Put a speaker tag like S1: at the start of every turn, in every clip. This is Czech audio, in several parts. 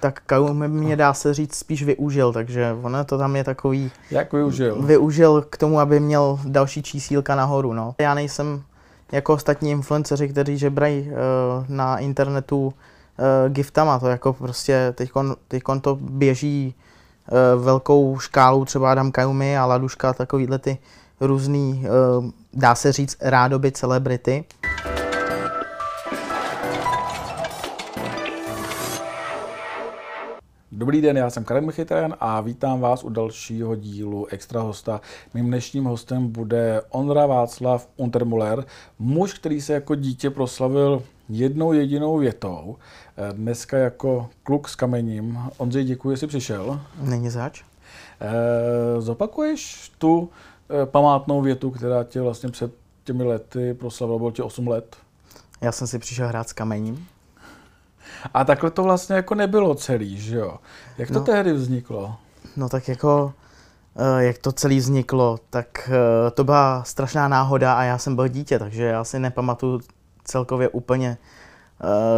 S1: tak Kaume mě dá se říct spíš využil, takže ono to tam je takový,
S2: Jak využil?
S1: využil k tomu, aby měl další čísílka nahoru. No. Já nejsem jako ostatní influenceři, kteří žebrají uh, na internetu uh, giftama, to jako prostě teďkon, teďkon to běží uh, velkou škálou, třeba Adam Kajumi a Laduška, takovýhle ty různý, uh, dá se říct, rádoby celebrity.
S2: Dobrý den, já jsem Karel Michitan a vítám vás u dalšího dílu Extra hosta. Mým dnešním hostem bude Ondra Václav Untermuller, muž, který se jako dítě proslavil jednou jedinou větou. Eh, Dneska jako kluk s kamením. Ondřej, děkuji, že jsi přišel.
S1: Není zač?
S2: Eh, Zopakuješ tu eh, památnou větu, která tě vlastně před těmi lety proslavila, bylo ti 8 let?
S1: Já jsem si přišel hrát s kamením.
S2: A takhle to vlastně jako nebylo celý, že jo? Jak to
S1: No.
S2: tehdy vzniklo?
S1: No tak jako, eh, jak to celý vzniklo, tak eh, to byla strašná náhoda a já jsem byl dítě, takže já si nepamatuju celkově úplně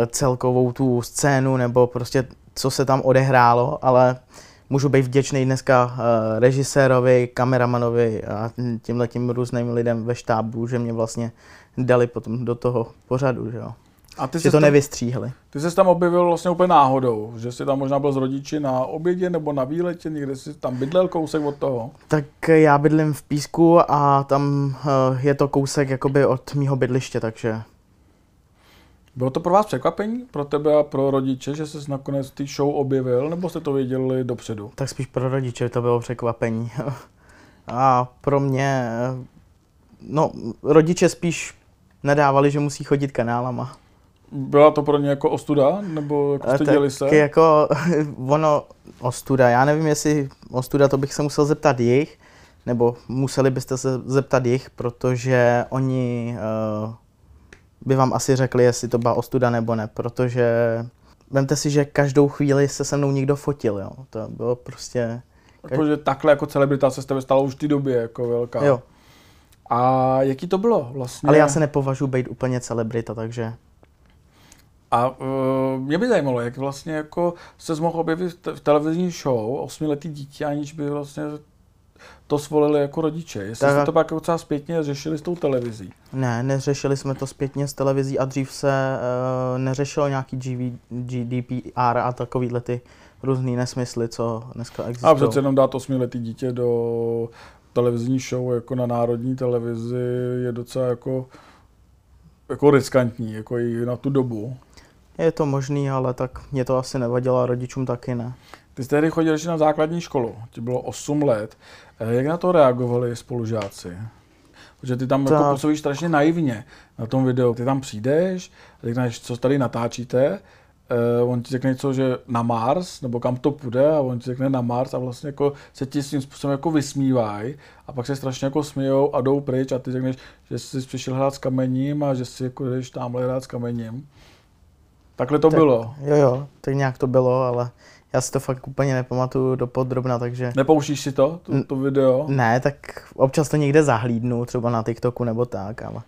S1: eh, celkovou tu scénu nebo prostě co se tam odehrálo, ale můžu být vděčný dneska eh, režisérovi, kameramanovi a tímhle tím různým lidem ve štábu, že mě vlastně dali potom do toho pořadu, že jo.
S2: A ty
S1: Že
S2: jsi
S1: to
S2: tam-
S1: nevystříhli.
S2: Ty jsi tam objevil vlastně úplně náhodou, že jsi tam možná byl s rodiči na obědě nebo na výletě, někde jsi tam bydlel kousek od toho.
S1: Tak já bydlím v Písku a tam eh, je to kousek jakoby od mýho bydliště, takže
S2: Bylo to pro vás překvapení, pro tebe a pro rodiče, že jsi nakonec ty show objevil, nebo jste to věděli dopředu?
S1: tak spíš pro rodiče to bylo překvapení. a pro mě, eh, no rodiče spíš nadávali, že musí chodit kanálama.
S2: Byla to pro ně jako ostuda, nebo jako
S1: Eh,
S2: styděli
S1: tak
S2: se?
S1: Jako ono ostuda, já nevím jestli ostuda, to bych se musel zeptat jich, nebo museli byste se zeptat jich, protože oni eh, by vám asi řekli, jestli to byla ostuda nebo ne, protože vemte si, že každou chvíli se se mnou někdo fotil, jo. To bylo prostě,
S2: Jako, že takhle jako celebrita se s tebe stala už v té době jako velká.
S1: jo.
S2: A jaký to bylo vlastně?
S1: Ale já se nepovažuji být úplně celebrita, takže
S2: A uh, mě by zajímalo, jak vlastně jako se mohl objevit v te- v televizní show osmiletý dítě, aniž by vlastně to svolili jako rodiče. Jestli
S1: Tak
S2: jste
S1: a-
S2: to pak jako docela zpětně řešili s tou televizí.
S1: ne, neřešili jsme to zpětně s televizí a dřív se uh, neřešilo nějaký GV, GDPR a takovýhle ty různý nesmysly, co dneska
S2: A
S1: existují.
S2: přece jenom dát osmiletý dítě do televizní show jako na národní televizi je docela jako jako riskantní, jako i na tu dobu.
S1: Je to možný, ale tak mě to asi nevadilo a rodičům taky ne.
S2: Ty jste tehdy chodil ještě na základní školu, ti bylo 8 let. Eh, Jak na to reagovali spolužáci? Protože ty tam jako
S1: Tak.
S2: působíš strašně naivně na tom videu. Ty tam přijdeš a řekneš, co tady natáčíte, eh, on ti řekne něco, že na Mars, nebo kam to půjde, a on ti řekne na Mars a vlastně jako se ti svým způsobem jako vysmívají a pak se strašně jako smějou a jdou pryč a ty řekneš, že jsi přišel hrát s kamením a že si jako jdeš tamhle hrát s kamením. Takhle to
S1: Tak.
S2: bylo.
S1: Jo, jo, tak nějak to bylo, ale já si to fakt úplně nepamatuju do podrobna, takže...
S2: Nepouštíš si to, to,
S1: N-
S2: to video?
S1: Ne, tak občas to někde zahlídnu, třeba na TikToku nebo tak, ale...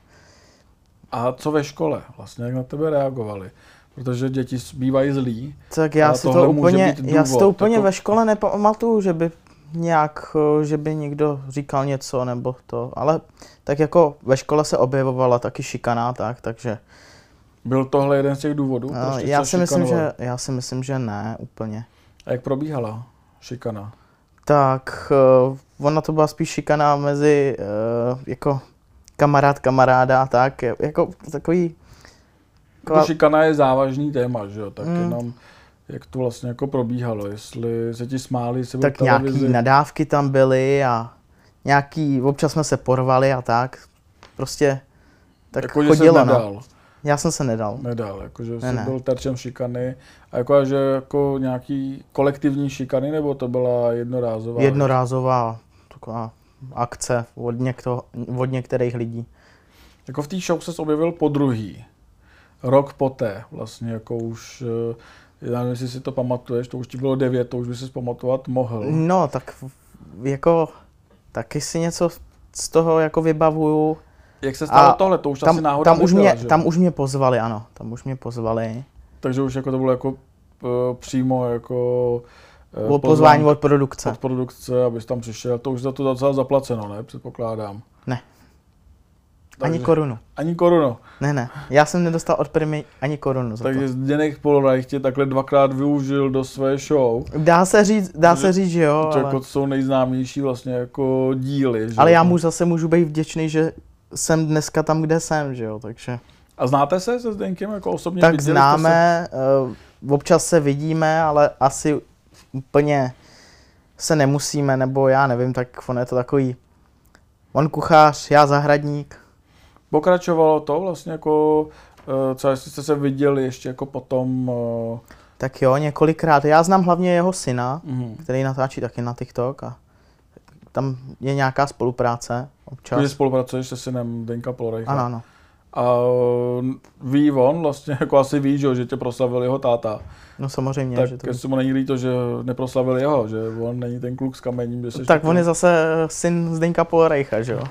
S2: A co ve škole? Vlastně jak na tebe reagovali? Protože děti bývají zlí.
S1: Tak já
S2: Ale
S1: si to
S2: tohle může
S1: úplně,
S2: být
S1: já si to
S2: důvod,
S1: úplně
S2: jako-
S1: ve škole nepamatuju, že by nějak, eh, že by někdo říkal něco nebo to, ale tak jako ve škole se objevovala taky šikana, tak, takže
S2: Byl tohle jeden z těch důvodů?
S1: eh,
S2: proč tě
S1: já
S2: se
S1: si myslím,
S2: šikanovali?
S1: že, já si myslím, že ne úplně.
S2: A jak probíhala šikana? Jako
S1: Tak eh, ona to byla spíš šikana mezi eh, jako kamarád kamaráda a tak, je- jako takový,
S2: Kla...
S1: Kla-
S2: Šikana je závažný téma, že jo? Tak
S1: Mm.
S2: mm. jenom jak to vlastně jako probíhalo, jestli se ti smáli, jestli
S1: tak
S2: byl
S1: nějaký
S2: televizi.
S1: nadávky tam byly a nějaký, občas jsme se porvali a tak, prostě tak
S2: jako, že
S1: chodilo,
S2: se
S1: no.
S2: nedal,
S1: Já jsem se nedal.
S2: nedal, jako, že jsi
S1: Ne, ne.
S2: byl terčem šikany. A jako, že jako nějaký kolektivní šikany, nebo to byla jednorázová?
S1: Jednorázová taková akce od, někto, od některých lidí.
S2: Jako v té show se objevil po druhý. Rok poté, vlastně jako už, eh, já nevím, jestli si to pamatuješ, to už ti bylo devět, to už by si pamatovat mohl.
S1: No, tak v- jako taky si něco z toho jako vybavuju.
S2: Jak se stalo
S1: A
S2: tohle, to už asi
S1: Tam,
S2: náhoda
S1: tam, už
S2: nebyla,
S1: mě,
S2: že?
S1: tam už mě pozvali, ano, tam už mě pozvali.
S2: Takže už jako to bylo jako eh, přímo jako eh,
S1: Bylo pozvání od produkce.
S2: od produkce, abys tam přišel. To už za to docela zaplaceno, ne? Předpokládám.
S1: Ne. Ani
S2: Takže-
S1: korunu.
S2: Ani korunu.
S1: Ne, ne. Já jsem nedostal od Primy ani korunu za to.
S2: Takže Zdeněk Polorajch tě takhle dvakrát využil do své show.
S1: Dá se říct, dá se říct, že jo,
S2: To
S1: ale,
S2: jako jsou nejznámější vlastně jako díly. Že?
S1: ale
S2: jo?
S1: já mu zase můžu být vděčný, že jsem dneska tam, kde jsem, že jo, takže.
S2: A znáte se se Zdenkem jako osobně?
S1: Tak
S2: Viděli jste
S1: známe, eh, občas se vidíme, ale asi úplně se nemusíme, nebo já nevím, tak on je to takový, on kuchař, já zahradník.
S2: Se? Pokračovalo to vlastně jako, eh, co jestli jste se viděli ještě jako potom, eh,
S1: Tak jo, několikrát. Já znám hlavně jeho syna,
S2: uh,
S1: který natáčí taky na TikTok a tam je nějaká spolupráce
S2: že
S1: občas.
S2: spolupracuješ se synem Zdenka Polorajcha.
S1: Ano, ano.
S2: A eh, ví on vlastně, jako asi ví, že, jo, že tě proslavil jeho táta.
S1: No samozřejmě,
S2: tak
S1: že to...
S2: jestli mu není líto, že neproslavil jeho, že on není ten kluk s kamením. Že
S1: Tak
S2: seš takový-
S1: on je zase eh, syn Zdeňka Polorejcha, že jo?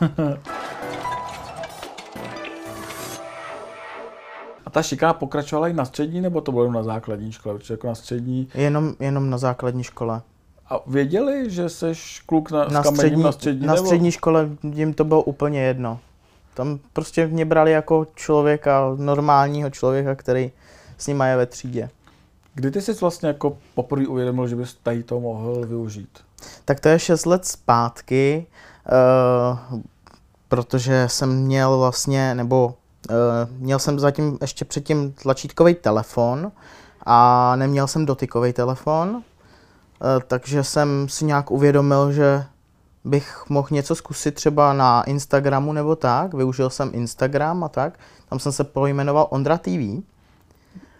S2: A ta šikana pokračovala i na střední, nebo to bylo jenom na základní škole? Protože jako na střední.
S1: Jenom, jenom na základní škole.
S2: A věděli, že jsi kluk na,
S1: Na
S2: s kamením
S1: střední,
S2: na střední?
S1: na
S2: nebo-
S1: střední škole jim to bylo úplně jedno. Tam prostě mě brali jako člověka, normálního člověka, který s nima je ve třídě.
S2: Kdy ty jsi vlastně jako poprvé uvědomil, že bys tady to mohl využít?
S1: Tak to je 6 let zpátky, eh, protože jsem měl vlastně, nebo eh, měl jsem zatím ještě předtím tlačítkový telefon a neměl jsem dotykový telefon, eh, takže jsem si nějak uvědomil, že bych mohl něco zkusit třeba na Instagramu nebo tak. Využil jsem Instagram a tak. Tam jsem se pojmenoval Ondra TV.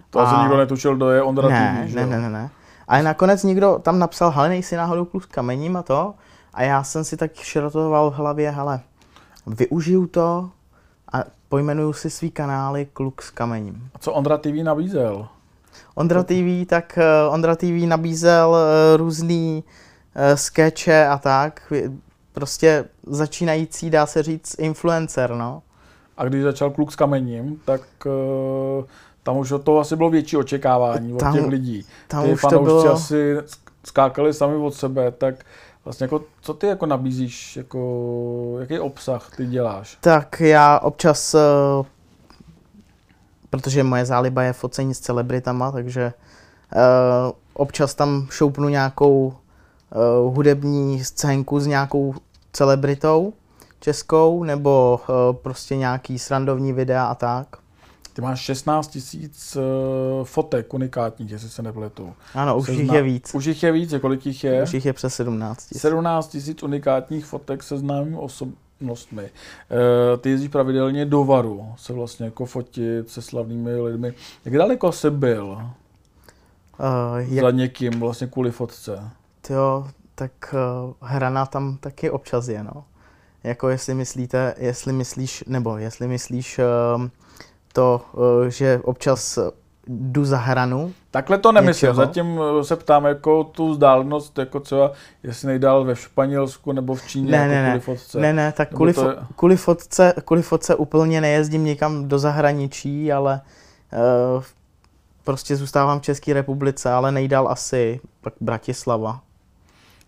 S2: To asi
S1: A-
S2: nikdo netušil, kdo je Ondra
S1: Ne,
S2: TV, že
S1: ne,
S2: jo?
S1: ne, ne, ne. Ale nakonec někdo tam napsal, hele, nejsi náhodou kluk s kamením a to. A já jsem si tak šrotoval v hlavě, hele, využiju to a pojmenuju si svý kanály kluk s kamením.
S2: A co Ondra TV nabízel?
S1: Ondra TV, tak eh, Ondra TV nabízel eh, různý eh, skeče a tak. Prostě začínající, dá se říct, influencer, no.
S2: A když začal kluk s kamením, tak eh, tam už od toho asi bylo větší očekávání od
S1: Tam-
S2: těch lidí.
S1: Tam
S2: ty
S1: už to
S2: fanoušci
S1: bylo...
S2: asi sk- skákali sami od sebe, tak vlastně jako, co ty jako nabízíš, jako, jaký obsah ty děláš?
S1: Tak já občas, eh, protože moje záliba je focení s celebritama, takže eh, občas tam šoupnu nějakou eh, hudební scénku s nějakou celebritou českou, nebo eh, prostě nějaký srandovní videa a tak.
S2: Ty máš 16 tisíc eh, fotek unikátních, jestli se nepletu.
S1: Ano, už jich
S2: Sezna-
S1: je víc.
S2: Už jich je víc, je, kolik jich je?
S1: Už jich je přes 17 000.
S2: 17 tisíc unikátních fotek se známými osobnostmi. Eh, Ty jezdíš pravidelně do Varu se vlastně jako fotit se slavnými lidmi. Jak daleko jsi byl
S1: Eh, jak-
S2: za někým vlastně kvůli fotce?
S1: Jo, tak uh, hrana tam taky občas je, no. Jako jestli myslíte, jestli myslíš, nebo jestli myslíš um, to, uh, že občas eh, jdu za hranu,
S2: Takhle to nemyslím,
S1: Něčeho?
S2: zatím eh, se ptám jako tu vzdálenost, jako třeba jestli nejdál ve Španělsku nebo v Číně
S1: Ne,
S2: jako
S1: ne,
S2: kvůli fotce.
S1: Ne, ne, tak
S2: Nebo
S1: kvůli,
S2: to
S1: fo-
S2: je-
S1: kvůli, fotce, kvůli fotce úplně nejezdím nikam do zahraničí, ale uh, prostě zůstávám v České republice, ale nejdál asi pak Bratislava.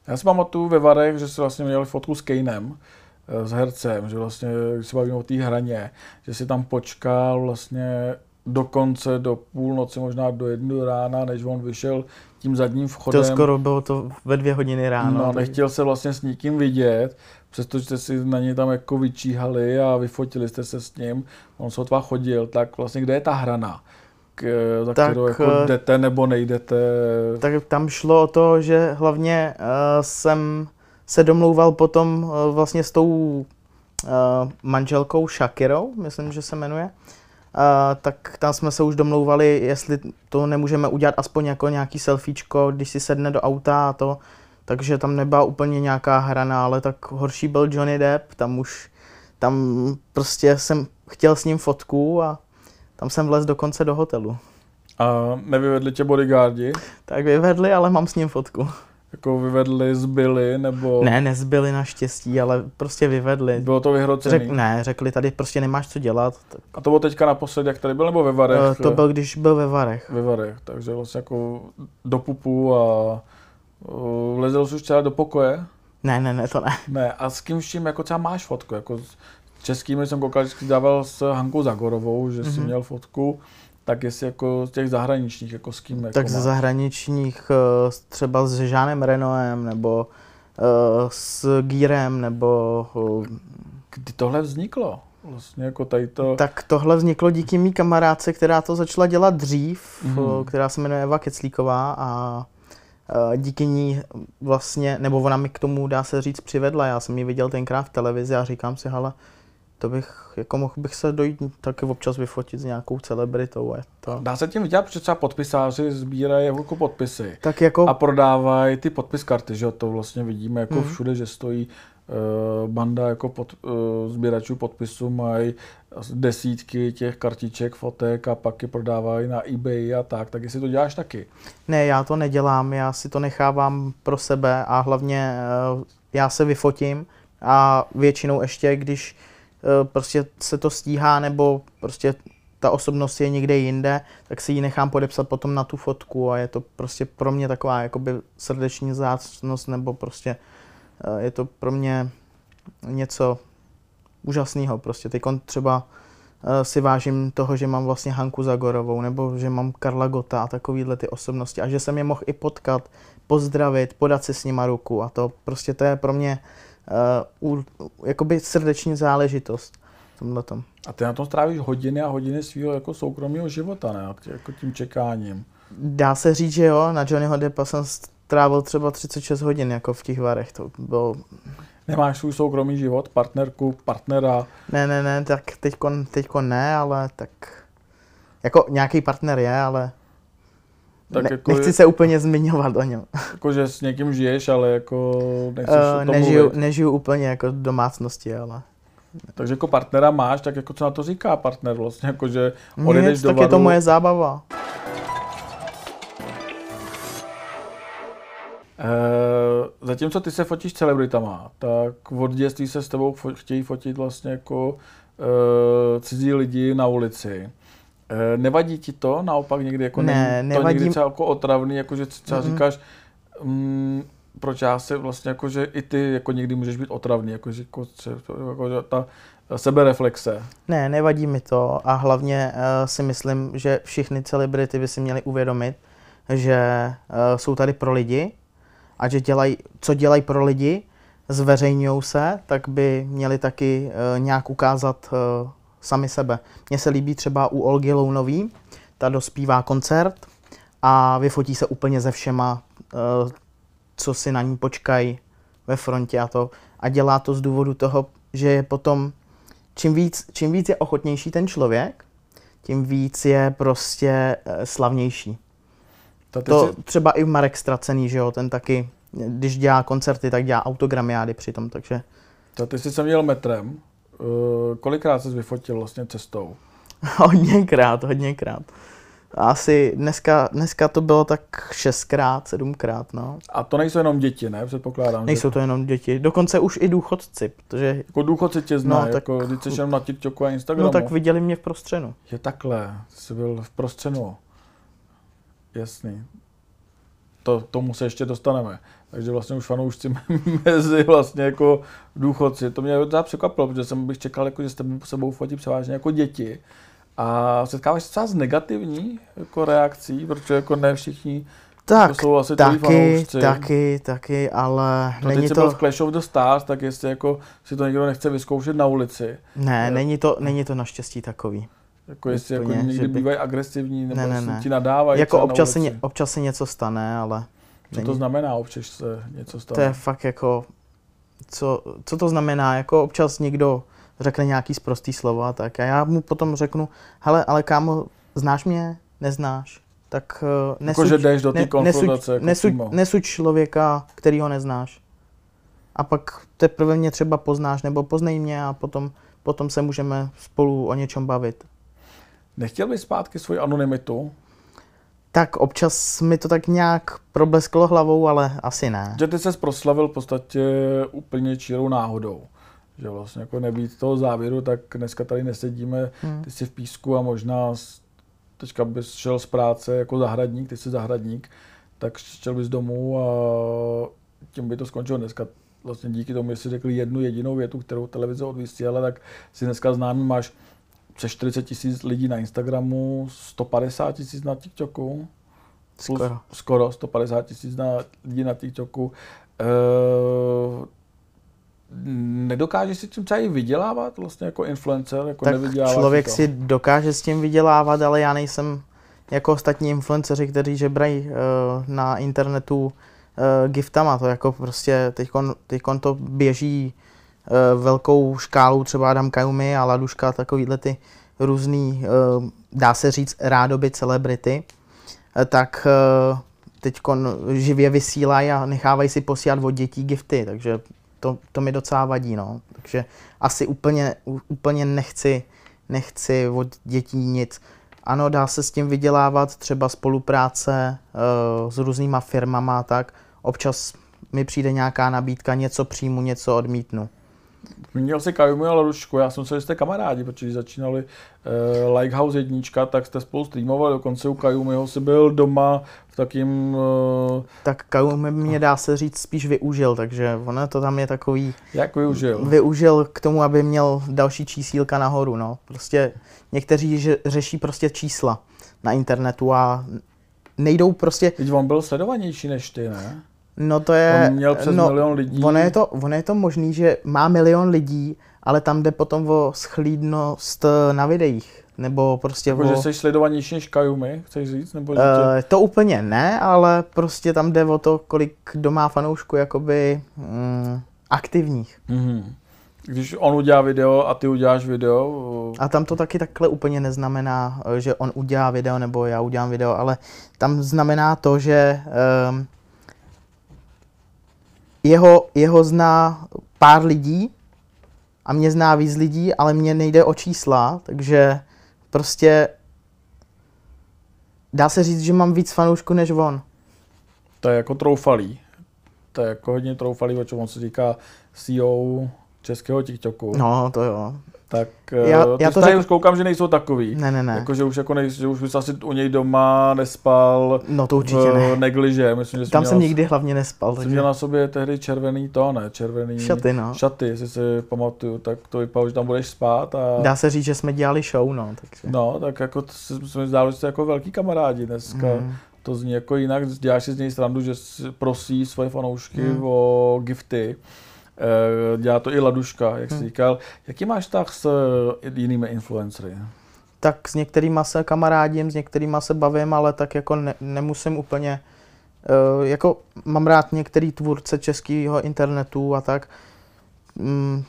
S2: Já si pamatuju ve Varech, že si vlastně měli fotku s Kejnem, eh, s hercem, že vlastně, když se bavíme o té hraně, že si tam počkal vlastně dokonce do půlnoci, možná do jednu rána, než on vyšel tím zadním vchodem.
S1: To skoro bylo to ve dvě hodiny ráno.
S2: no,
S1: takže-
S2: nechtěl se vlastně s nikým vidět, přestože jste si na něj tam jako vyčíhali a vyfotili jste se s ním, on sotva chodil, tak vlastně kde je ta hrana? K, za
S1: Tak,
S2: kterou jako
S1: eh,
S2: jdete nebo nejdete?
S1: No Tak tam šlo o to, že hlavně uh, jsem se domlouval potom uh, vlastně s tou uh, manželkou Shakirou, myslím, že se jmenuje, uh, tak tam jsme se už domlouvali, jestli to nemůžeme udělat aspoň jako nějaký selfiečko, když si sedne do auta a to, takže tam nebyla úplně nějaká hrana, ale tak horší byl Johnny Depp, tam už, tam prostě jsem chtěl s ním fotku a tam jsem vlez dokonce do hotelu.
S2: A nevyvedli tě bodyguardi?
S1: Tak vyvedli, ale mám s ním fotku.
S2: jako vyvedli, zbyli, nebo
S1: Ne, nezbyli naštěstí, ale prostě vyvedli.
S2: bylo to vyhrocený.
S1: Řek, ne, řekli, tady prostě nemáš co dělat. Tak,
S2: A to bylo teďka naposled, jak tady byl, nebo ve Varech?
S1: eh, to byl, když byl ve Varech.
S2: Ve Varech, takže vlastně jako do pupu a uh, vlezl jsi už třeba do pokoje?
S1: Ne, ne, ne, to ne.
S2: Ne, a s kým vším jako třeba máš fotku? Jako s českými jsem koukal, že jsi dával s Hankou Zagorovou, že jsi
S1: Mhm.
S2: mm-hmm. měl fotku, tak jestli jako z těch zahraničních, jako s kým? Jako
S1: Tak ze
S2: máš?
S1: zahraničních, eh, s- třeba s Žánem Renoem, nebo eh, s Gírem, nebo... eh,
S2: Kdy tohle vzniklo? Vlastně jako tady to...
S1: eh, Tak tohle vzniklo díky mý kamarádce, která to začala dělat dřív,
S2: Mhm.
S1: eh, která se jmenuje Eva Keclíková a eh, díky ní vlastně, nebo ona mi k tomu, dá se říct, přivedla. Já jsem ji viděl tenkrát v televizi a říkám si, hele, to bych, jako mohl bych se dojít taky občas vyfotit s nějakou celebritou. Je to.
S2: Dá se tím vidět, protože třeba podpisáři sbírají jako podpisy.
S1: Tak jako
S2: A prodávají ty podpiskarty, že jo, to vlastně vidíme jako
S1: Mhm.
S2: hmm. všude, že stojí uh, banda jako pod, uh, sběračů podpisů, mají desítky těch kartiček, fotek a pak je prodávají na eBay a tak, tak jestli to děláš taky.
S1: Ne, já to nedělám, já si to nechávám pro sebe a hlavně eh, já se vyfotím a většinou ještě, když eh, prostě se to stíhá nebo prostě ta osobnost je někde jinde, tak si ji nechám podepsat potom na tu fotku a je to prostě pro mě taková jakoby srdeční zácnost nebo prostě eh, je to pro mě něco úžasného prostě. Teď třeba eh, si vážím toho, že mám vlastně Hanku Zagorovou, nebo že mám Karla Gota a takovýhle ty osobnosti a že jsem je mohl i potkat, pozdravit, podat si s nima ruku a to prostě to je pro mě uh, u, jakoby srdeční záležitost v tomhle tom.
S2: A ty na tom strávíš hodiny a hodiny svého jako soukromého života, ne? Tě- Jako tím čekáním.
S1: Dá se říct, že jo, na Johnnyho Deppa jsem strávil třeba 36 hodin jako v těch varech, to bylo,
S2: Nemáš svůj soukromý život, partnerku, partnera,
S1: ne, ne, ne, tak teďkon, teďkon ne, ale tak, jako nějaký partner je, ale
S2: Tak
S1: ne,
S2: jako
S1: nechci
S2: je-
S1: se úplně zmiňovat o něm.
S2: jako že s někým žiješ, ale jako nechceš
S1: Uh,
S2: o tom
S1: nežiju,
S2: mluvit.
S1: nežiju úplně jako v domácnosti, ale...
S2: Takže jako partnera máš, tak jako co na to říká partner vlastně, jako že odjedeš
S1: Nic,
S2: do
S1: tak
S2: baru,
S1: je to moje zábava.
S2: Eh, zatímco ty se fotíš s celebritama, tak od dětství se s tebou fo- chtějí fotit vlastně jako eh, cizí lidi na ulici. Eh, nevadí ti to? Naopak někdy jako
S1: Ne,
S2: není to
S1: nevadí
S2: někdy
S1: m- Mhm.
S2: třeba jako otravný, jako že si třeba
S1: Mm-mm.
S2: říkáš, mm, proč já si vlastně jako, že i ty jako někdy můžeš být otravný, jako, že, jako, se- jako že ta sebereflexe.
S1: Ne, nevadí mi to a hlavně uh, si myslím, že všichni celebrity by si měli uvědomit, že uh, jsou tady pro lidi a že dělají, co dělají pro lidi, zveřejňují se, tak by měli taky uh, nějak ukázat uh, sami sebe. Mně se líbí třeba u Olgy Lounový, ta dospívá koncert a vyfotí se úplně ze všema, eh, co si na ní počkají ve frontě a to. A dělá to z důvodu toho, že je potom, čím víc, čím víc je ochotnější ten člověk, tím víc je prostě eh, slavnější.
S2: Ta ty
S1: To
S2: si,
S1: třeba i Marek Stracený, že jo, ten taky, když dělá koncerty, tak dělá autogramiády přitom, takže
S2: ta ty jsi se měl metrem. Eh, kolikrát jsi vyfotil vlastně cestou?
S1: hodněkrát, hodněkrát. A Asi dneska, dneska to bylo tak šestkrát, sedmkrát, no.
S2: A to nejsou jenom děti, ne? Předpokládám, že-
S1: Nejsou to jenom děti, dokonce už i důchodci, protože
S2: Jako důchodci tě
S1: No,
S2: zná, no,
S1: tak-
S2: tak... jako když jsi jenom na TikToku a Instagramu.
S1: no tak viděli mě v prostřenu.
S2: Je takhle, jsi byl v prostřenu. Jasný. To, tomu se ještě dostaneme. Takže vlastně už fanoušci mezi vlastně jako důchodci. To mě docela překvapilo, protože jsem bych čekal, jako, že s tebou sebou fotí převážně jako děti. A setkáváš se třeba s negativní jako reakcí, protože jako ne všichni
S1: Tak,
S2: jsou asi tvoji
S1: taky,
S2: fanoušci.
S1: taky, taky, ale
S2: No,
S1: není
S2: teď jsi byl
S1: to,
S2: v Clash of the Stars, tak jestli jako si to někdo nechce vyzkoušet na ulici,
S1: ne, není to, není to naštěstí takový.
S2: Jako jestli
S1: Úplně,
S2: jako někdy
S1: že
S2: by...
S1: by-
S2: bývají agresivní, nebo
S1: Ne,
S2: ne,
S1: ne,
S2: ne,
S1: ne.
S2: ti nadávají
S1: Jako
S2: třeba na
S1: občas se,
S2: ulici.
S1: ně, občas se něco stane, ale
S2: Co to
S1: není.
S2: znamená, občas se něco stane?
S1: to je fakt jako, co, co to znamená, jako občas někdo řekne nějaký sprostý slova, tak a já mu potom řeknu, hele, ale kámo, znáš mě? Neznáš. Tak eh,
S2: jako,
S1: nesuď,
S2: že jdeš do té
S1: ne-
S2: konfrontace jako
S1: nesuď,
S2: přímo.
S1: nesuď člověka, který ho neznáš. A pak teprve mě třeba poznáš, nebo poznej mě a potom, potom se můžeme spolu o něčem bavit.
S2: Nechtěl bys zpátky svoji anonymitu?
S1: tak občas mi to tak nějak problesklo hlavou, ale asi ne.
S2: Že ty se proslavil v podstatě úplně čirou náhodou. Že vlastně jako nebýt toho závěru, tak dneska tady nesedíme,
S1: Hmm.
S2: ty jsi v písku a možná s- teďka bys šel z práce jako zahradník, ty jsi zahradník, tak šel bys domů a tím by to skončilo dneska. Vlastně díky tomu, že jsi řekl jednu jedinou větu, kterou televize odvysílala, tak si dneska známý máš přes 40 tisíc lidí na Instagramu, 150 tisíc na TikToku. Plus
S1: Skoro.
S2: skoro 150 tisíc na lidí na TikToku. Eh, nedokážeš si tím třeba i vydělávat vlastně jako influencer? Jako
S1: Tak
S2: nevyděláváš
S1: člověk
S2: to?
S1: si dokáže s tím vydělávat, ale já nejsem jako ostatní influenceři, kteří žebrají uh, na internetu uh, giftama. To jako prostě teďkon, teďkon to běží uh, velkou škálou, třeba Adam Kajumi a Laduška, takovýhle ty různý, uh, dá se říct, rádoby celebrity, eh, tak uh, teďkon živě vysílají a nechávají si posílat od dětí gifty, takže to, to mi docela vadí, no. Takže asi úplně, ú- úplně nechci, nechci od dětí nic. Ano, dá se s tím vydělávat třeba spolupráce uh, s různýma firmama a tak. Občas mi přijde nějaká nabídka, něco přijmu, něco odmítnu.
S2: Zmínil jsi Kajumu a Larušku, já jsem se, že jste kamarádi, protože když začínali uh, Likehouse jednička, tak jste spolu streamovali, dokonce u Kajumiho si byl doma v takým, uh,
S1: Tak Kaum mě dá se říct spíš využil, takže ono to tam je takový,
S2: jak využil?
S1: využil k tomu, aby měl další čísílka nahoru, no. Prostě někteří že- řeší prostě čísla na internetu a nejdou prostě,
S2: Teď on byl sledovanější než ty, ne?
S1: no to je...
S2: On měl přes
S1: no,
S2: milion lidí.
S1: Ono je, to, ono je to možný, že má milion lidí, ale tam jde potom o schlídnost eh, na videích, nebo prostě
S2: Jako, že
S1: o...
S2: jsi sledovanější než Kajumi, chceš říct? Nebo že tě...
S1: Eh, to úplně ne, ale prostě tam jde o to, kolik kdo má fanoušku jakoby mm, aktivních.
S2: Mhm. Když on udělá video a ty uděláš video, uh,
S1: A tam to taky takhle úplně neznamená, eh, že on udělá video nebo já udělám video, ale tam znamená to, že um, jeho, jeho zná pár lidí a mě zná víc lidí, ale mě nejde o čísla, takže prostě dá se říct, že mám víc fanoušků než on.
S2: to je jako troufalý. To je jako hodně troufalý, o čem on se říká CEO českého TikToku.
S1: No, to jo.
S2: Tak
S1: Já-
S2: já, ty
S1: já
S2: já
S1: to
S2: to tady
S1: řek-
S2: už koukám, že nejsou takový.
S1: Ne, ne, ne.
S2: Jako, že už, jako nej, že už jsi asi u něj doma nespal
S1: No to určitě
S2: v
S1: ne.
S2: negliže. Myslím, že jsi
S1: Tam
S2: eh, měl,
S1: jsem nikdy hlavně nespal,
S2: Jsi
S1: takže
S2: měl na sobě tehdy červený to, ne? Červený
S1: šaty, no.
S2: šaty, jestli si pamatuju, tak to vypadalo, že tam budeš spát. A...
S1: Dá se říct, že jsme dělali show, no. Takže.
S2: No, tak jako t- se se mi zdálo, že jste jako velký kamarádi dneska.
S1: Mm.
S2: To zní jako jinak, děláš si z něj srandu, že s- prosí svoje fanoušky
S1: Hmm.
S2: o gifty. Eh, Dělá to i Laduška, jak jsi
S1: Hmm.
S2: říkal. Jaký máš vztah s eh, jinými influencery?
S1: Tak s některýma se kamarádím, s některýma se bavím, ale tak jako ne, nemusím úplně, uh, jako mám rád některý tvůrce českého internetu a tak. Mm,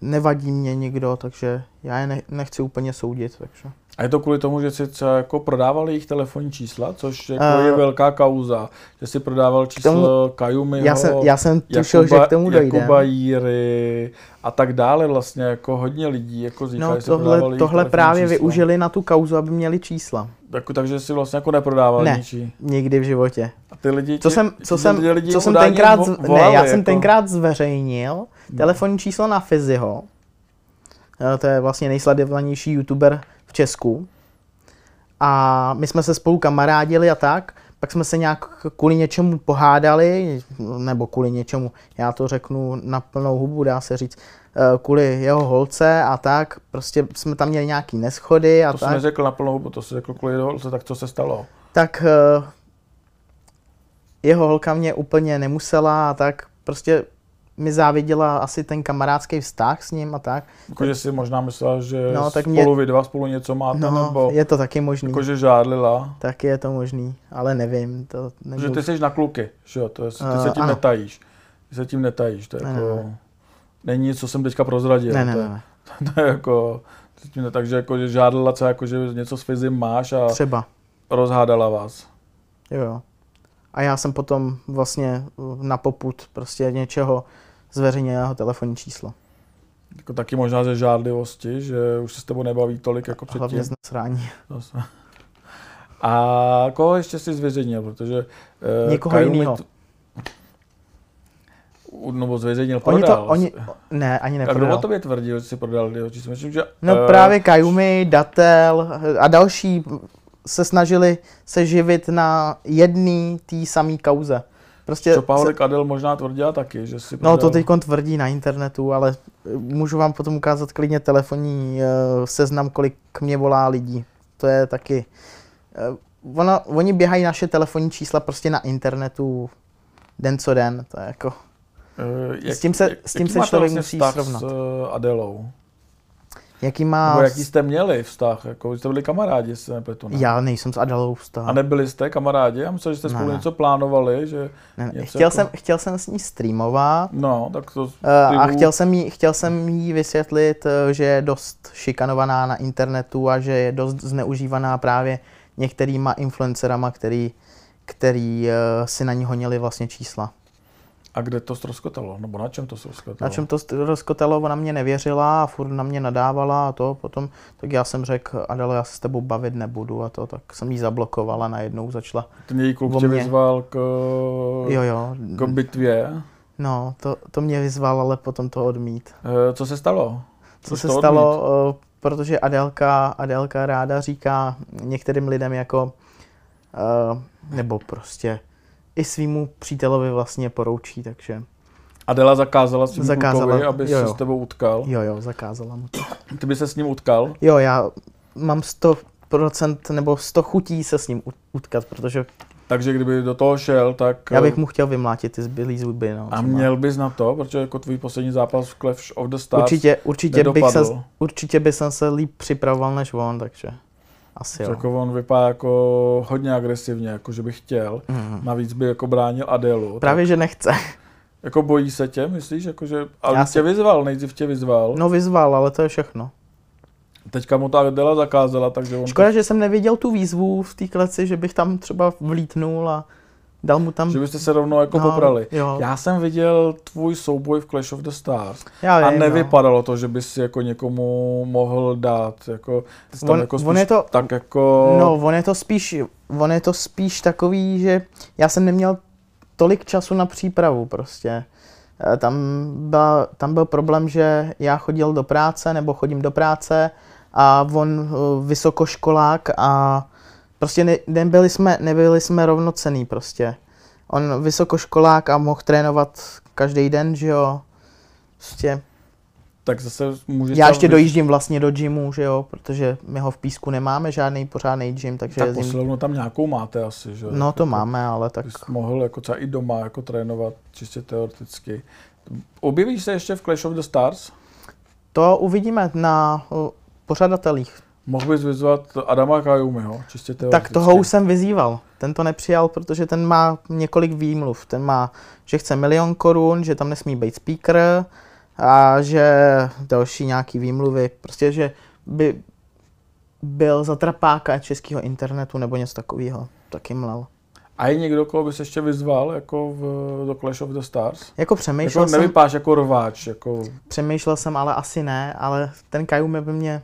S1: nevadí mě nikdo, takže já je ne, nechci úplně soudit, takže.
S2: A je to kvůli tomu, že si třeba jako prodával jejich telefonní čísla, což jako
S1: Eh,
S2: je velká kauza, že si prodával číslo
S1: tomu-
S2: Kajumiho,
S1: Já jsem, já jsem tušil, že k tomu dojde.
S2: Jakuba Jíry a tak dále vlastně, jako hodně lidí jako říká,
S1: No
S2: že si prodával
S1: tohle,
S2: jejich
S1: tohle
S2: telefonní
S1: právě
S2: čísla.
S1: využili na tu kauzu, aby měli čísla.
S2: Jako, takže si vlastně jako neprodával
S1: Ne.
S2: ničí.
S1: Nikdy v životě.
S2: A ty lidi
S1: Co
S2: ti-
S1: jsem,
S2: ti
S1: co
S2: ty
S1: jsem,
S2: lidi
S1: co jsem
S2: udání
S1: tenkrát,
S2: vo-
S1: zv- ne,
S2: volali,
S1: já jsem
S2: jako.
S1: tenkrát zveřejnil
S2: No.
S1: telefonní číslo na Fiziho. Eh, To je vlastně nejsledovanější youtuber v Česku. A my jsme se spolu kamarádili a tak, pak jsme se nějak kvůli něčemu pohádali, nebo kvůli něčemu, já to řeknu na plnou hubu, dá se říct, eh, kvůli jeho holce a tak, prostě jsme tam měli nějaký neschody a
S2: To jsi
S1: tak.
S2: neřekl na plnou hubu, to jsi řekl kvůli holce, tak co se stalo?
S1: tak eh, jeho holka mě úplně nemusela a tak prostě mi záviděla asi ten kamarádský vztah s ním a tak.
S2: Jako, že si možná myslela, že
S1: No,
S2: no,
S1: tak
S2: tak
S1: mě-
S2: spolu vy dva spolu něco máte, no,
S1: No,
S2: nebo
S1: je to taky možný.
S2: jako, že žádlila.
S1: Taky je to možný, ale nevím, to
S2: Že
S1: nebudu...
S2: ty jsi na kluky, že jo, to je, ty
S1: Eh,
S2: se tím
S1: ano.
S2: netajíš. Ty se tím netajíš, to je
S1: Ne,
S2: jako...
S1: ne,
S2: Není nic, co jsem teďka prozradil.
S1: Ne, ne,
S2: to je-
S1: ne, ne,
S2: To je jako... ty s tím ne- Takže jako, že žádlila co, jako, že něco s fyzim máš a
S1: třeba,
S2: rozhádala vás.
S1: jo, jo. A já jsem potom vlastně uh, na poput prostě něčeho zveřejnil jeho telefonní číslo.
S2: Jako taky možná ze žádlivosti, že už se s tebou nebaví tolik jako předtím.
S1: Hlavně z nasrání.
S2: Zase. A koho ještě si zveřejnil, protože... eh,
S1: Někoho
S2: Kaju mi
S1: jinýho.
S2: t- U- Nebo zveřejnil,
S1: Oni to,
S2: prodal.
S1: oni, ne, ani
S2: A kdo o
S1: neprodal.
S2: tobě tvrdil, že si prodal jeho číslo? Myslím, že...
S1: No
S2: eh,
S1: právě Kajumi, Datel eh, a další se snažili se živit na jedný tý samý kauze. Prostě
S2: Co
S1: se,
S2: Pavlik Adel možná tvrdila taky, že si
S1: no
S2: prodal.
S1: to teď tvrdí na internetu, ale eh, můžu vám potom ukázat klidně telefonní eh, seznam, kolik mě volá lidí. To je taky... eh, Ona, oni běhají naše telefonní čísla prostě na internetu den co den, to je jako...
S2: Eh, jak-
S1: s tím se-
S2: jak-
S1: s tím
S2: jaký
S1: se
S2: máte
S1: člověk musí
S2: vlastně vztah
S1: srovnat.
S2: s eh, Adelou?
S1: Jaký má...
S2: Nebo jaký jste měli vztah? Jako, jste byli kamarádi, jestli se nepletu, ne?
S1: Já nejsem s Adelou vztah.
S2: A nebyli jste kamarádi? Já myslel, že jste
S1: Ne,
S2: spolu
S1: ne.
S2: něco plánovali, že...
S1: Ne, ne,
S2: něco
S1: chtěl,
S2: jako-
S1: jsem, chtěl jsem s ní streamovat
S2: No, tak to...
S1: eh, a
S2: Ty-
S1: chtěl jsem, jí, chtěl jsem jí vysvětlit, eh, že je dost šikanovaná na internetu a že je dost zneužívaná právě některýma influencerama, který, který eh, si na ní honili vlastně čísla.
S2: A kde to ztroskotalo? Nebo na čem to ztroskotalo?
S1: Na čem to st- rozkotelo, ona mě nevěřila a furt na mě nadávala a to potom, tak já jsem řekl, Adelo, já se s tebou bavit nebudu a to, tak jsem jí zablokovala najednou, začala,
S2: Ten její kluk
S1: o
S2: tě
S1: mě.
S2: vyzval k,
S1: jo jo,
S2: k bitvě.
S1: no, to, to mě vyzval, ale potom to odmít.
S2: Eh, Co se stalo?
S1: co
S2: Proč
S1: se
S2: to odmít?
S1: stalo, eh, protože Adelka, Adelka ráda říká některým lidem jako, eh, nebo prostě i svýmu přítelovi vlastně poroučí, takže
S2: Adela zakázala svým
S1: Zakázala,
S2: klukovi, aby
S1: jo,
S2: se
S1: jo.
S2: s tebou utkal.
S1: jo, jo, zakázala mu to.
S2: Ty by se s ním utkal?
S1: Jo, já mám 100% nebo 100 chutí se s ním ut- utkat, protože
S2: Takže kdyby do toho šel, tak... eh,
S1: já bych mu chtěl vymlátit ty zbylý zuby. No,
S2: A
S1: co má.
S2: měl bys na to, protože jako tvůj poslední zápas v Clash of the Stars
S1: určitě, určitě, bych
S2: nedopadl.
S1: se, určitě bych se líp připravoval než on, takže asi jo.
S2: Jako on vypadá jako hodně agresivně, jako že by chtěl.
S1: Mhm.
S2: Navíc by jako bránil Adelu.
S1: Právě, že nechce.
S2: Tak, jako bojí se tě, myslíš? Jako, že... Ale
S1: Já
S2: tě
S1: si-
S2: vyzval, nejdřív tě vyzval.
S1: No vyzval, ale to je všechno.
S2: Teďka mu ta Adela zakázala, takže on...
S1: Škoda, že jsem neviděl tu výzvu v té kleci, že bych tam třeba vlítnul a dal mu tam... No.
S2: Že byste se rovnou jako poprali.
S1: Jo, já,
S2: Já jsem viděl tvůj souboj v Clash of the Stars
S1: já
S2: a
S1: vím, no.
S2: nevypadalo to, že bys si jako někomu mohl dát, jako, ty jsi tam
S1: On-
S2: jako
S1: on
S2: spíš
S1: je to-
S2: tak jako,
S1: No. no, on je to spíš, on je to spíš takový, že já jsem neměl tolik času na přípravu prostě. Eh, Tam, byla, tam byl problém, že já chodil do práce, nebo chodím do práce a on eh, vysokoškolák a prostě ne, nebyli, jsme, nebyli jsme rovnocený prostě. On vysokoškolák a mohl trénovat každý den, že jo. Prostě
S2: tak zase můžeš
S1: já
S2: tam
S1: ještě
S2: vys-
S1: dojíždím vlastně do gymu, že jo, protože my ho v písku nemáme žádný pořádný gym, takže
S2: tak
S1: jezdím-
S2: posilovnu tam nějakou máte asi, že?
S1: No to
S2: Jako,
S1: máme, ale tak
S2: Bys mohl jako třeba i doma jako trénovat čistě teoreticky. Objevíš se ještě v Clash of the Stars?
S1: to uvidíme na o, pořadatelích.
S2: Mohl bys vyzvat Adama Kajumiho, čistě teoreticky.
S1: Tak toho už jsem vyzýval. Ten to nepřijal, protože ten má několik výmluv. Ten má, že chce milion korun, že tam nesmí být speaker a že další nějaký výmluvy. Prostě, že by byl zatrapáka českého internetu nebo něco takového. Taky mlel.
S2: A je někdo, koho bys ještě vyzval jako v, do Clash of the Stars?
S1: Jako přemýšlel
S2: Jako
S1: jsem,
S2: nevypáš jako rváč, jako
S1: Přemýšlel jsem, ale asi ne, ale ten Kajume by mě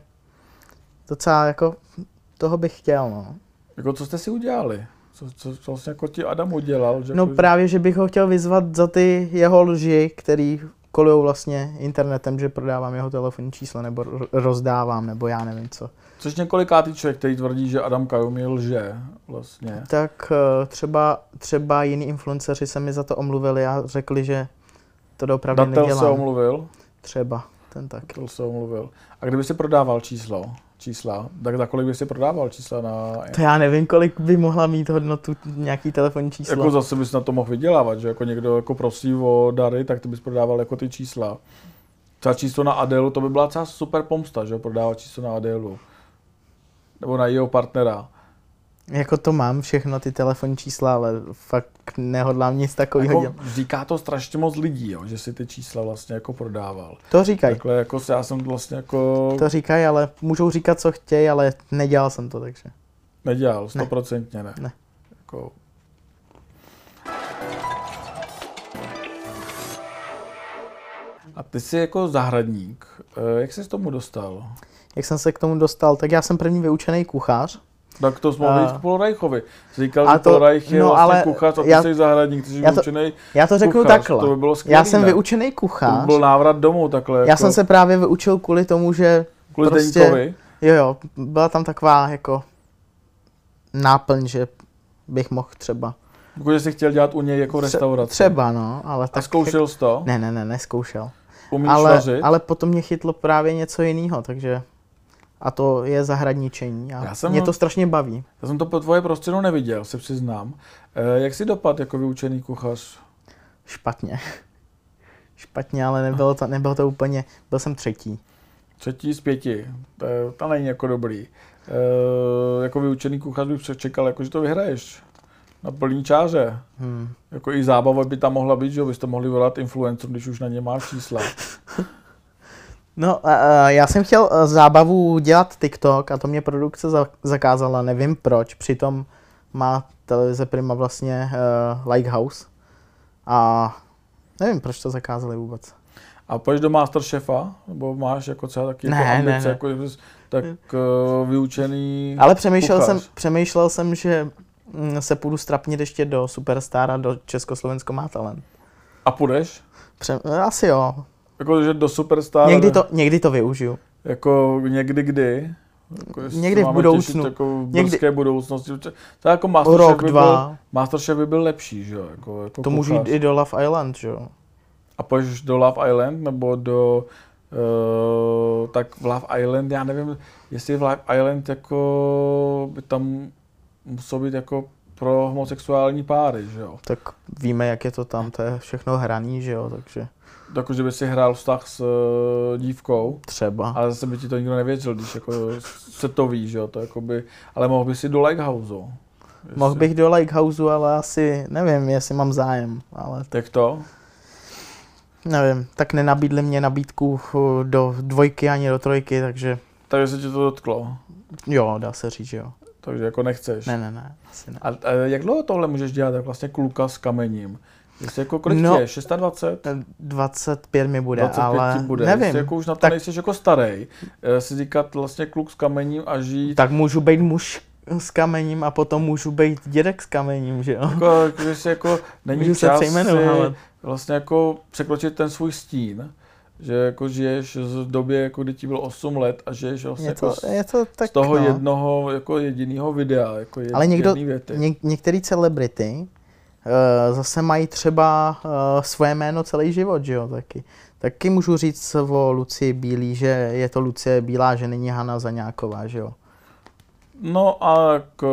S1: docela jako, toho bych chtěl, no.
S2: Jako co jste si udělali? Co, co, co vlastně jako ti Adam udělal? Že
S1: No
S2: jako,
S1: právě, že bych ho chtěl vyzvat za ty jeho lži, který kolujou vlastně internetem, že prodávám jeho telefonní číslo nebo ro- rozdávám, nebo já nevím co.
S2: Což několikátý člověk, který tvrdí, že Adam Kajumi lže vlastně.
S1: Tak eh, třeba, třeba jiní influenceři se mi za to omluvili a řekli, že to doopravdy
S2: Datel
S1: nedělám.
S2: se omluvil.
S1: Třeba, ten taky.
S2: Datel se omluvil. A kdyby si prodával číslo, čísla, tak za kolik by si prodával čísla na...
S1: To já nevím, kolik by mohla mít hodnotu nějaký telefonní číslo.
S2: Jako zase bys na to mohl vydělávat, že jako někdo jako prosí o dary, tak ty bys prodával jako ty čísla. Třeba číslo na Adelu, to by byla třeba super pomsta, že jo, prodávat číslo na Adelu. Nebo na jeho partnera.
S1: Jako to mám všechno, ty telefonní čísla, ale fakt nehodlám nic takového
S2: Jako,
S1: dělat.
S2: říká to strašně moc lidí, jo, že si ty čísla vlastně jako prodával.
S1: To říkají,
S2: Takhle jako já jsem vlastně jako
S1: to říkají, ale můžou říkat, co chtějí, ale nedělal jsem to, takže.
S2: nedělal, stoprocentně ne.
S1: Ne.
S2: Jako, a ty jsi jako zahradník. Eh, Jak jsi k tomu dostal?
S1: Jak jsem se k tomu dostal, tak já jsem první vyučený kuchař
S2: Tak to jsme mohli
S1: A-
S2: jít k Polorajchovi. Jsi
S1: Eh.
S2: říkal,
S1: A
S2: že
S1: to-
S2: Polorajch je
S1: no,
S2: vlastně
S1: ale
S2: kuchař a ty
S1: já-
S2: jsi zahradník, ty jsi
S1: já to-
S2: vyučenej.
S1: Já to řeknu
S2: Kuchař,
S1: takhle.
S2: to by bylo skvělý,
S1: já jsem
S2: ne?
S1: vyučený
S2: To
S1: kuchař.
S2: by byl návrat domů takhle.
S1: Já
S2: jako
S1: jsem se právě vyučil kvůli tomu, že
S2: kvůli
S1: prostě-
S2: Deňkovi.
S1: Jo, jo, byla tam taková jako náplň, že bych mohl třeba.
S2: Protože jsi chtěl dělat u něj jako
S1: Tře-
S2: restauraci.
S1: Třeba, no, ale
S2: A
S1: tak...
S2: zkoušel jsi to?
S1: Ne, ne, ne, neskoušel.
S2: Umíš
S1: Ale,
S2: vařit?
S1: ale potom mě chytlo právě něco jiného, takže... A to je zahradničení. A
S2: Já jsem-
S1: Mě to strašně baví.
S2: Já jsem to po tvoje prostředu neviděl, se přiznám. Eh, jak si dopad jako vyučený kuchař?
S1: Špatně. Špatně, ale nebylo to, nebylo to úplně... Byl jsem třetí.
S2: Třetí z pěti. To, je- to není jako dobrý. Eh, jako vyučený kuchař bych čekal, jako, že to vyhraješ. Na plný čáře.
S1: Hmm.
S2: Jako i zábava by tam mohla být, že jo? Byste mohli volat influencerům, když už na ně máš čísla.
S1: No, a, a já jsem chtěl a, zábavu dělat TikTok a to mě produkce za- zakázala, nevím proč. Přitom má televize Prima vlastně uh, Lighthouse a nevím, proč to zakázali vůbec.
S2: A půjdeš do Masterchefa? Nebo máš jako třeba taky
S1: Ne,
S2: jako
S1: ne,
S2: ambice,
S1: ne.
S2: Jako, že bys tak eh, vyučený...
S1: Ale přemýšlel
S2: kuchař.
S1: jsem, přemýšlel jsem, že mm, se půjdu strapnit ještě do Superstara, do Československo má talent.
S2: A půjdeš?
S1: Pře- eh, asi jo.
S2: Jako, že do Superstar?
S1: Někdy to, někdy to využiju.
S2: Jako někdy kdy? Jako, jestli
S1: Někdy
S2: se
S1: v
S2: máme
S1: budoucnu.
S2: Těšit, jako v
S1: Někdy-
S2: brzké někdy. budoucnosti. To jako Masterchef
S1: Rok,
S2: by Byl,
S1: dva.
S2: Masterchef by byl lepší, že jo? Jako, jako
S1: To můžu jít
S2: kuchař.
S1: i do Love Island, že jo.
S2: A pojď do Love Island nebo do... Uh, tak v Love Island, já nevím, jestli v Love Island jako by tam muselo být jako pro homosexuální páry, že jo?
S1: Tak víme, jak je to tam, to je všechno hraný, že jo, takže
S2: Jako, že by si hrál vztah s uh, dívkou,
S1: třeba.
S2: ale zase by ti to nikdo nevěřil, když jako se to ví, že jo? To jakoby, ale mohl by si do Lighthouse.
S1: Mohl
S2: Prostě.
S1: bych do Likehouse, ale asi nevím, jestli mám zájem, ale
S2: Jak to?
S1: nevím, tak nenabídli mě nabídku uh, do dvojky ani do trojky, takže
S2: Takže se ti to dotklo.
S1: jo, dá se říct, že jo.
S2: Takže jako nechceš.
S1: Ne, ne, ne, asi ne.
S2: A, a jak dlouho tohle můžeš dělat, jak vlastně kluka s kamením? Jestli jako kolik
S1: No,
S2: no, je? 26?
S1: 25 mi bude,
S2: 25
S1: ale
S2: ti bude. Jestli
S1: nevím.
S2: jako už na to tak...
S1: Tak-
S2: nejsi jako starý, si říkat vlastně kluk s kamením a žít.
S1: Tak můžu být muž s kamením a potom můžu být dědek s kamením, že jo.
S2: Jako, jako, že si jako není
S1: Můžu se
S2: čas
S1: přejmenovat.
S2: si vlastně jako překročit ten svůj stín, že jako žiješ z době, jako kdy ti bylo 8 let a žiješ vlastně
S1: Je to,
S2: jako z,
S1: je to tak,
S2: z toho
S1: no.
S2: jednoho, jako jediného videa, jako jed,
S1: Ale někdo-
S2: jedný věty.
S1: Něk- Některé celebrity eh, zase mají třeba eh, svoje jméno celý život, že jo, taky. Taky můžu říct o Lucie Bílý, že je to Lucie Bílá, že není Hanna Zaňáková, že jo.
S2: No a k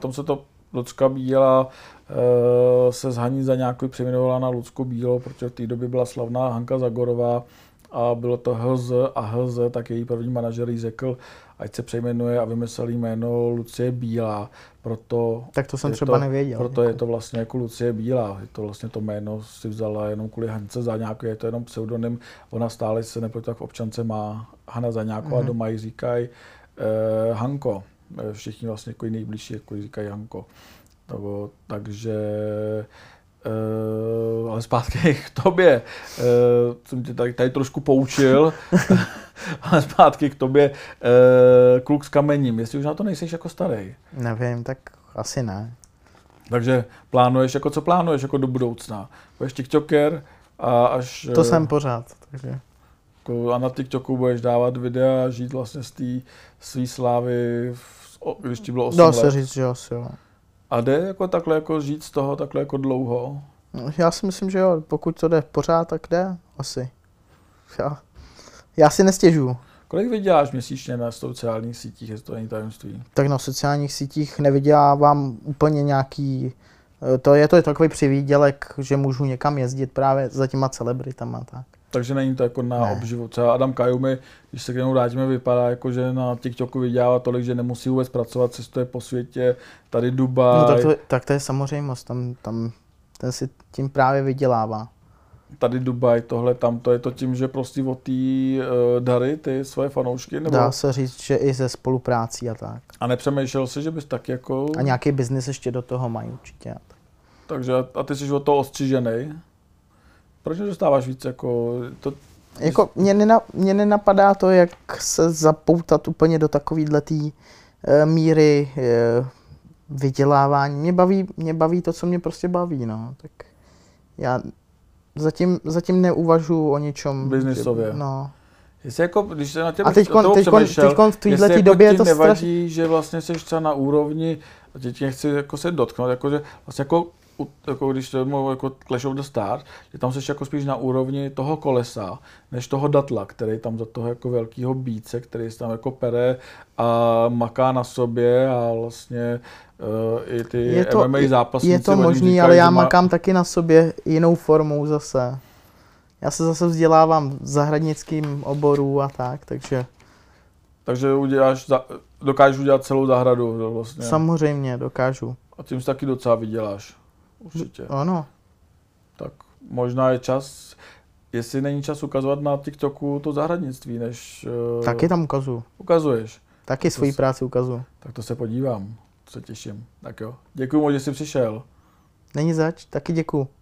S2: tomu se to Lucka Bílá eh, se z Haní za nějakou přejmenovala na Lucku Bílou, protože v té době byla slavná Hanka Zagorová a bylo to HZ a HZ, tak její první manažer jí řekl, ať se přejmenuje a vymyslel jí jméno Lucie Bílá, proto,
S1: Tak to jsem
S2: Je
S1: třeba
S2: to-
S1: nevěděl.
S2: proto je to vlastně jako Lucie Bílá, je to vlastně to jméno si vzala jenom kvůli Hance za nějakou, je to jenom pseudonym, ona stále se neproti tak v občance má Hana za nějakou a
S1: Mhm.
S2: doma jí říkají eh, Hanko. Eh, Všichni vlastně jako jí nejbližší jako jí říkají Hanko. Nebo, takže eh, ale zpátky k tobě. Eh, jsem tě tady, tady trošku poučil, ale zpátky k tobě. Eh, kluk s kamením, jestli už na to nejseš jako starý.
S1: Nevím, tak asi ne.
S2: Takže plánuješ, jako co plánuješ jako do budoucna? Budeš TikToker a až...
S1: To
S2: eh,
S1: jsem pořád, takže
S2: jako- A na TikToku budeš dávat videa, žít vlastně z té svý slávy, v- o- když ti bylo 8
S1: dá
S2: let.
S1: No, se říct, že asi jo.
S2: A jde jako takhle jako žít z toho takhle jako dlouho?
S1: No, Já si myslím, že jo, pokud to jde pořád, tak jde, asi. Já, já si nestěžuju.
S2: Kolik vyděláš měsíčně na sociálních sítích, jestli to není tajemství?
S1: tak na sociálních sítích nevydělávám úplně nějaký, eh, to je to je takový přivídělek, že můžu někam jezdit právě za těma celebritama. a Tak.
S2: Takže není to jako na
S1: Ne.
S2: obživu. Třeba Adam Kajumi, když se k němu vrátíme, vypadá jako, že na TikToku vydělává tolik, že nemusí vůbec pracovat, cestuje po světě, tady Dubaj,
S1: No, tak, to, tak to je samozřejmost, tam, tam ten si tím právě vydělává.
S2: tady Dubaj, tohle, tamto, je to tím, že prostě o ty uh, dary, ty svoje fanoušky, nebo...
S1: Dá se říct, že i ze spoluprácí a tak.
S2: A nepřemýšlel si, že bys tak jako...
S1: A nějaký biznis ještě do toho mají určitě.
S2: Takže a- a ty jsi od toho ostřižený. Proč nedostáváš víc jako... To,
S1: Jako mě, nena, mě nenapadá to, jak se zapoutat úplně do takovýhle tý eh, míry eh, vydělávání. Mě baví, mě baví to, co mě prostě baví, no. Tak já zatím, zatím neuvažuju o ničem. že-
S2: Biznisově.
S1: No.
S2: Jestli jako, když se na tě
S1: A teď
S2: toho přemýšlel,
S1: v této
S2: Jestli jako
S1: době
S2: ti
S1: je to strašně...
S2: nevadí, že vlastně jsi třeba na úrovni, a teď tě chci jako se dotknout, jako že vlastně jako, u- jako když to mluví jako Clash of the Stars, že tam jsi jako spíš na úrovni toho kolesa, než toho datla, který tam za toho jako velkého bíce, který se tam jako pere a maká na sobě a vlastně uh, i ty
S1: Je to-
S2: MMA
S1: je-
S2: zápasníci
S1: Je to
S2: o ní
S1: možný,
S2: vlastně, říkají,
S1: ale
S2: že
S1: já
S2: má-
S1: makám taky na sobě jinou formou zase. Já se zase vzdělávám v zahradnickým oboru a tak, takže
S2: Takže uděláš, za- dokážeš udělat celou zahradu no, vlastně.
S1: samozřejmě dokážu.
S2: A tím si taky docela vyděláš. Určitě.
S1: Ano,
S2: Tak možná je čas, jestli není čas ukazovat na TikToku to zahradnictví, než eh,
S1: taky tam ukazuju.
S2: ukazuješ.
S1: Taky svoji
S2: se-
S1: práci ukazuju.
S2: Tak to se podívám, to se těším. Tak jo. Děkuji moc, že jsi přišel.
S1: Není zač, taky děkuju.